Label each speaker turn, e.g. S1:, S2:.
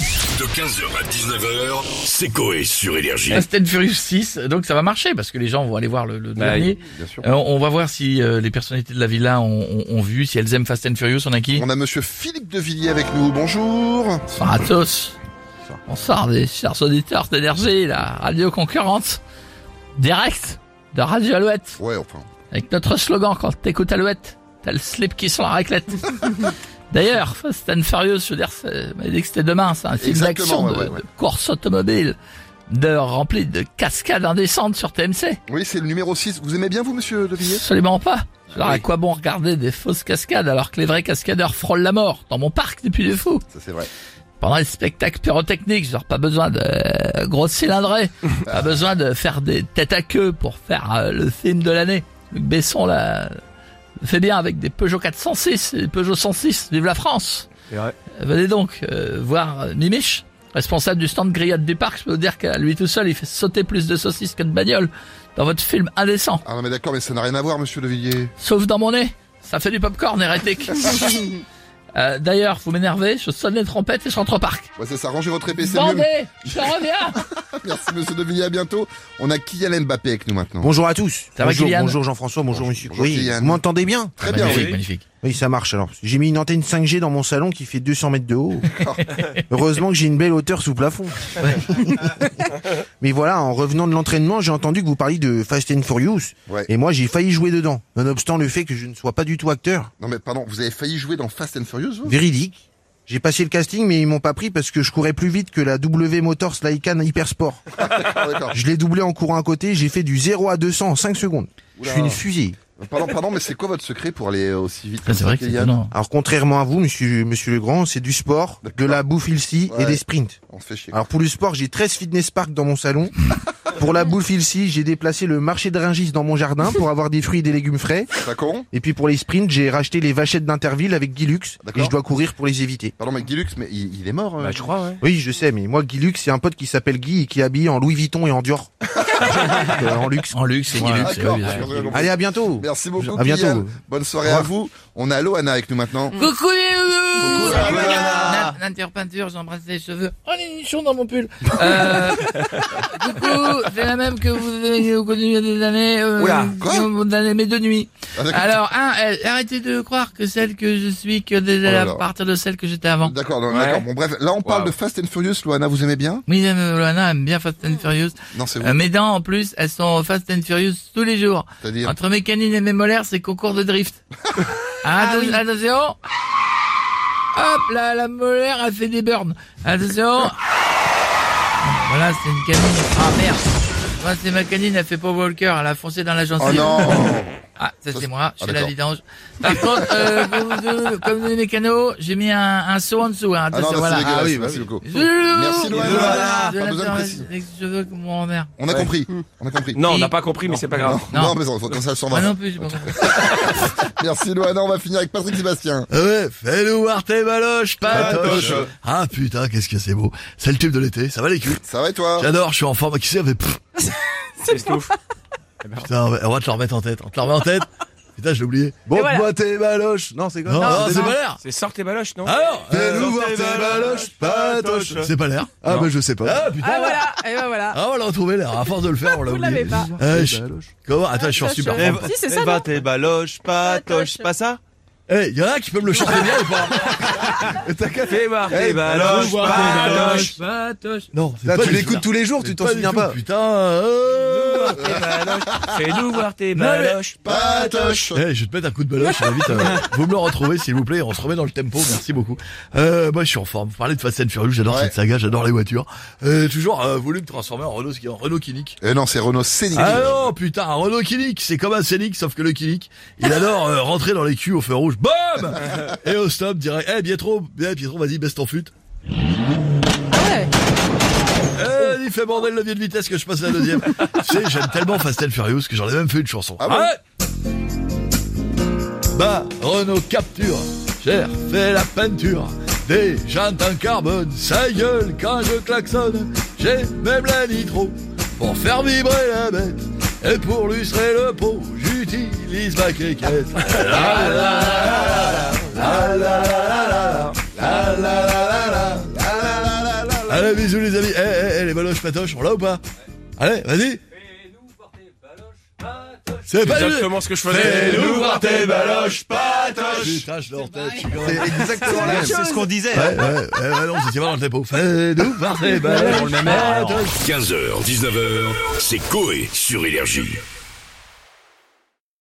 S1: De 15h à 19h, c'est Coé sur Énergie.
S2: Fast and Furious 6, donc ça va marcher parce que les gens vont aller voir le, le
S3: Bah,
S2: dernier.
S3: bien sûr.
S2: Euh, on va voir si euh, les personnalités de la villa ont, ont- ont vu, si elles aiment Fast and Furious, on a qui
S4: On a monsieur Philippe de Villiers avec nous, bonjour
S2: Bonsoir à tous. Bonsoir des chers auditeurs d'énergie, la radio concurrente, direct de Radio Alouette,
S4: Ouais, enfin,
S2: avec notre slogan quand t'écoutes Alouette, t'as le slip qui sent la raclette. D'ailleurs, Fast and Furious, je veux dire, c'est- mais dès que c'était demain, c'est un film d'action,
S4: Exactement, ouais,
S2: de,
S4: ouais, ouais.
S2: de course automobile, d'heures remplies de cascades indécentes sur TMC.
S4: oui, c'est le numéro 6. Vous aimez bien vous, monsieur de Villiers
S2: Absolument pas. Je veux dire,
S4: Ah oui.
S2: À quoi bon regarder des fausses cascades alors que les vrais cascadeurs frôlent la mort dans mon parc depuis des fous
S4: Ça, c'est vrai.
S2: Pendant les spectacles pyrotechniques, genre pas besoin de euh, grosses cylindrées, pas besoin de faire des têtes à queue pour faire euh, le film de l'année. Luc Besson là, le fait bien avec des Peugeot 406 et des Peugeot 106, vive la France Euh, Venez donc euh, voir euh, Mimiche, responsable du stand grillade du parc, je peux vous dire qu'à lui tout seul, il fait sauter plus de saucisses que de bagnoles dans votre film indécent.
S4: Ah non, mais d'accord, mais ça n'a rien à voir, monsieur de Villiers.
S2: Sauf dans mon nez. Ça fait du popcorn hérétique. Euh, D'ailleurs, vous m'énervez, je sonne les trompettes et je rentre au parc.
S4: Ouais, c'est ça, rangez votre épée, c'est mieux.
S2: Vendez, je reviens
S4: Merci, monsieur de Villiers, à bientôt. On a Kylian Mbappé avec nous maintenant.
S3: Bonjour à tous.
S2: Ça va,
S3: bonjour,
S2: Kylian
S3: bonjour Jean-François, bonjour,
S4: Bonjour,
S3: monsieur.
S4: bonjour,
S3: oui,
S4: Kylian.
S3: vous m'entendez bien
S4: Très bien, oui.
S2: magnifique.
S3: Oui, ça marche alors. J'ai mis une antenne 5G dans mon salon qui fait 200 mètres de haut. Heureusement que j'ai une belle hauteur sous plafond. Mais voilà, en revenant de l'entraînement, j'ai entendu que vous parliez de Fast and Furious.
S4: Ouais.
S3: Et moi, j'ai failli jouer dedans. Nonobstant le fait que je ne sois pas du tout acteur.
S4: Non, mais pardon, vous avez failli jouer dans Fast and Furious, vous
S3: Véridique. J'ai passé le casting, mais ils m'ont pas pris parce que je courais plus vite que la W Motors Lycan Hypersport.
S4: Ah, d'accord.
S3: Je l'ai doublé en courant à côté, j'ai fait du 0 à 200 en 5 secondes. Je suis
S4: Oula.
S3: une fusée.
S4: Pardon, pardon, mais c'est quoi votre secret pour aller euh, aussi vite
S2: C'est vrai que c'est
S4: Kylian
S2: étonnant.
S3: Alors contrairement à vous, monsieur, monsieur Legrand, c'est du sport, de la bouffe ici
S4: Ouais.
S3: et des sprints.
S4: On se fait chier.
S3: Alors pour le sport, j'ai 13 fitness parks dans mon salon. pour la bouffe ici, j'ai déplacé le marché de Ringis dans mon jardin pour avoir des fruits et des légumes frais.
S4: Pas con
S3: Et puis pour les sprints, j'ai racheté les vachettes d'Interville avec Guilux et
S4: D'accord.
S3: je dois courir pour les éviter.
S4: Pardon, mais Guilux, mais il, il est mort. euh.
S3: crois, ouais. Oui, je sais, mais moi, Guilux, c'est un pote qui s'appelle Guy et qui est habillé en Louis Vuitton et en Dior. Euh, en luxe.
S2: En luxe, c'est
S3: Ouais,
S2: Guilux, c'est
S4: Ah, D'accord.
S2: oui, bien sûr.
S4: Pardon.
S3: Allez, à bientôt.
S4: Merci beaucoup.
S3: À bientôt.
S4: Kylian. Bonne soirée
S3: Au
S4: à
S3: revoir.
S4: vous. On a Loana avec nous maintenant.
S2: Coucou les loulous
S4: Coucou, Loana.
S2: Nat- L'interpeinture, j'embrasse les cheveux. Oh les nichons dans mon pull euh, Coucou, c'est la même que vous avez connue il y a des années. Euh,
S4: Oula, quoi
S2: euh, des années, mais de nuit.
S4: Ah, d'accord.
S2: Alors, un, euh, arrêtez de croire que celle que je suis, que des-
S4: Oh là
S2: à
S4: là.
S2: partir de celle que j'étais avant.
S4: D'accord, non, d'accord. Bon, bref, là on parle
S5: Wow.
S4: de Fast and Furious, Loana, vous aimez bien
S2: Oui, euh, Loana aime bien Fast and Furious.
S4: Non, c'est vous,
S2: Euh, mes dents, en plus, elles sont Fast and Furious tous les jours.
S4: c'est-à-dire...
S2: Entre mes canines et mes molaires, c'est concours de drift.
S4: Ah
S2: Atten- Attention. Hop là, la molaire a fait des burns. Attention. Voilà, c'est une canine. Ah merde. Moi, c'est ma canine, elle fait pas Walker, elle a foncé dans la gencive.
S4: Oh non
S2: Ah, ça
S4: Ça,
S2: c'est
S4: c'est-
S2: moi, je
S4: Ah,
S2: fais la
S4: d'accord.
S2: vidange. Par contre, euh, vous- vous- comme les mécanos, j'ai mis un, un seau en dessous. Hein,
S4: Ah non,
S2: attention,
S4: là,
S2: voilà.
S4: c'est dégueulasse,
S3: Ah oui, bah
S4: merci
S3: oui.
S4: beaucoup.
S2: Merci
S4: Merci, Loana.
S2: Je
S4: Pas
S2: la
S4: besoin de préciser.
S2: avec ses cheveux comme mon mère.
S4: On a compris, on a compris.
S5: Non, on n'a pas compris, mais c'est pas grave.
S4: Non,
S2: Non.
S4: mais non, faut- comme ça, elle s'en
S2: Moi
S4: va.
S2: non plus, j'ai pas compris.
S4: Merci Loana, on va finir avec Patrick Sébastien.
S6: Ouais, fais-nous voir tes baloches, patoche. Ah putain, qu'est-ce que c'est beau. C'est le tube de l'été, ça va les culs.
S4: Ça va et toi
S6: J'adore, je suis en forme. Qui c'est mais pff,
S5: C'est tout.
S6: Putain, on va- on va te le remettre en tête. On te le remet en tête. Putain, je l'ai oublié. Bon,
S7: voilà.
S6: moi tes baloches. Non, c'est quoi
S7: Non,
S6: c'est
S7: non.
S6: pas l'air.
S5: C'est sort tes baloches, non
S6: Alors,
S5: Euh,
S6: fais-nous
S5: non,
S6: voir
S5: tes
S6: tes baloches,
S5: baloches,
S6: patoche.
S5: patoche.
S6: C'est pas l'air. Ah bah je sais pas. Ah putain.
S7: Ah voilà, et ben voilà.
S6: Ah, on l'a retrouvé l'air. À force de le faire, on l'a
S7: Vous
S6: oublié.
S7: l'avez pas.
S6: Euh, je- Comment Attends, Ah, je suis en
S7: Patoche.
S6: super
S7: Eh,
S6: forme.
S7: Si, c'est ça, non
S5: ben, tes baloches, patoche, pas ça
S6: Eh, y'en a qui peuvent me le chanter bien ou pas
S5: Fais voir tes baloches, patoche.
S2: Patoche.
S6: Non, c'est
S3: Là,
S6: pas
S3: tu
S6: du
S3: l'écoutes
S6: tout.
S3: tous les jours, tu
S6: C'est
S3: t'en
S6: pas du
S3: souviens
S6: tout,
S3: pas.
S6: Putain. euh.
S5: Fais-nous voir tes baloches.
S4: Patoche
S6: Eh, je vais te mettre un coup de baloche, ça va vite. euh, vous me le retrouvez, s'il vous plaît. On se remet dans le tempo. Merci beaucoup. Euh, moi, je suis en forme. Vous parlez de Fast and Furious. J'adore
S4: Ouais.
S6: cette saga. J'adore les voitures. Euh, toujours euh, voulu me transformer en Renault, en Renault Kinnick.
S4: Eh non, c'est Renault Scénic.
S6: Ah non, putain, un Renault Kinnick. C'est comme un Scénic, sauf que le Kinnick, il adore euh, rentrer dans les culs au feu rouge. Bam Et au stop, direct. Eh, Pietro, eh, Pietro, vas-y, baisse ton fut.
S7: Ouais.
S6: Eh, il fait bordel le levier de vitesse que je passe la deuxième. tu sais, j'aime tellement Fast and Furious que j'en ai même fait une chanson.
S4: Ah bon
S6: Ouais. Bah, Renault capture, j'ai refait la peinture. Des jantes en carbone, sa gueule quand je klaxonne. J'ai même la nitro pour faire vibrer la bête. Et pour lustrer le pot, j'utilise ma cliquette. La, la, la, la, la, la, la, la, la, la, la, la, la, la, la, la, la, la, la, la, la, Allez, bisous les amis. Eh, eh, eh, les baloches patoches, on l'a ou pas Allez, vas-y. C'est pas
S5: Exactement ce que je faisais.
S6: Fais-nous voir tes baloches
S5: patoches.
S6: Putain, je leur tête.
S4: C'est exactement la même.
S5: C'est ce qu'on disait.
S6: Ouais, ouais, ouais, ouais, non, c'était pas dans le tempo. Fais-nous voir tes baloches
S5: On le met mal, alors.
S6: patoches.
S1: 15h, 19h, c'est Coé sur Énergie.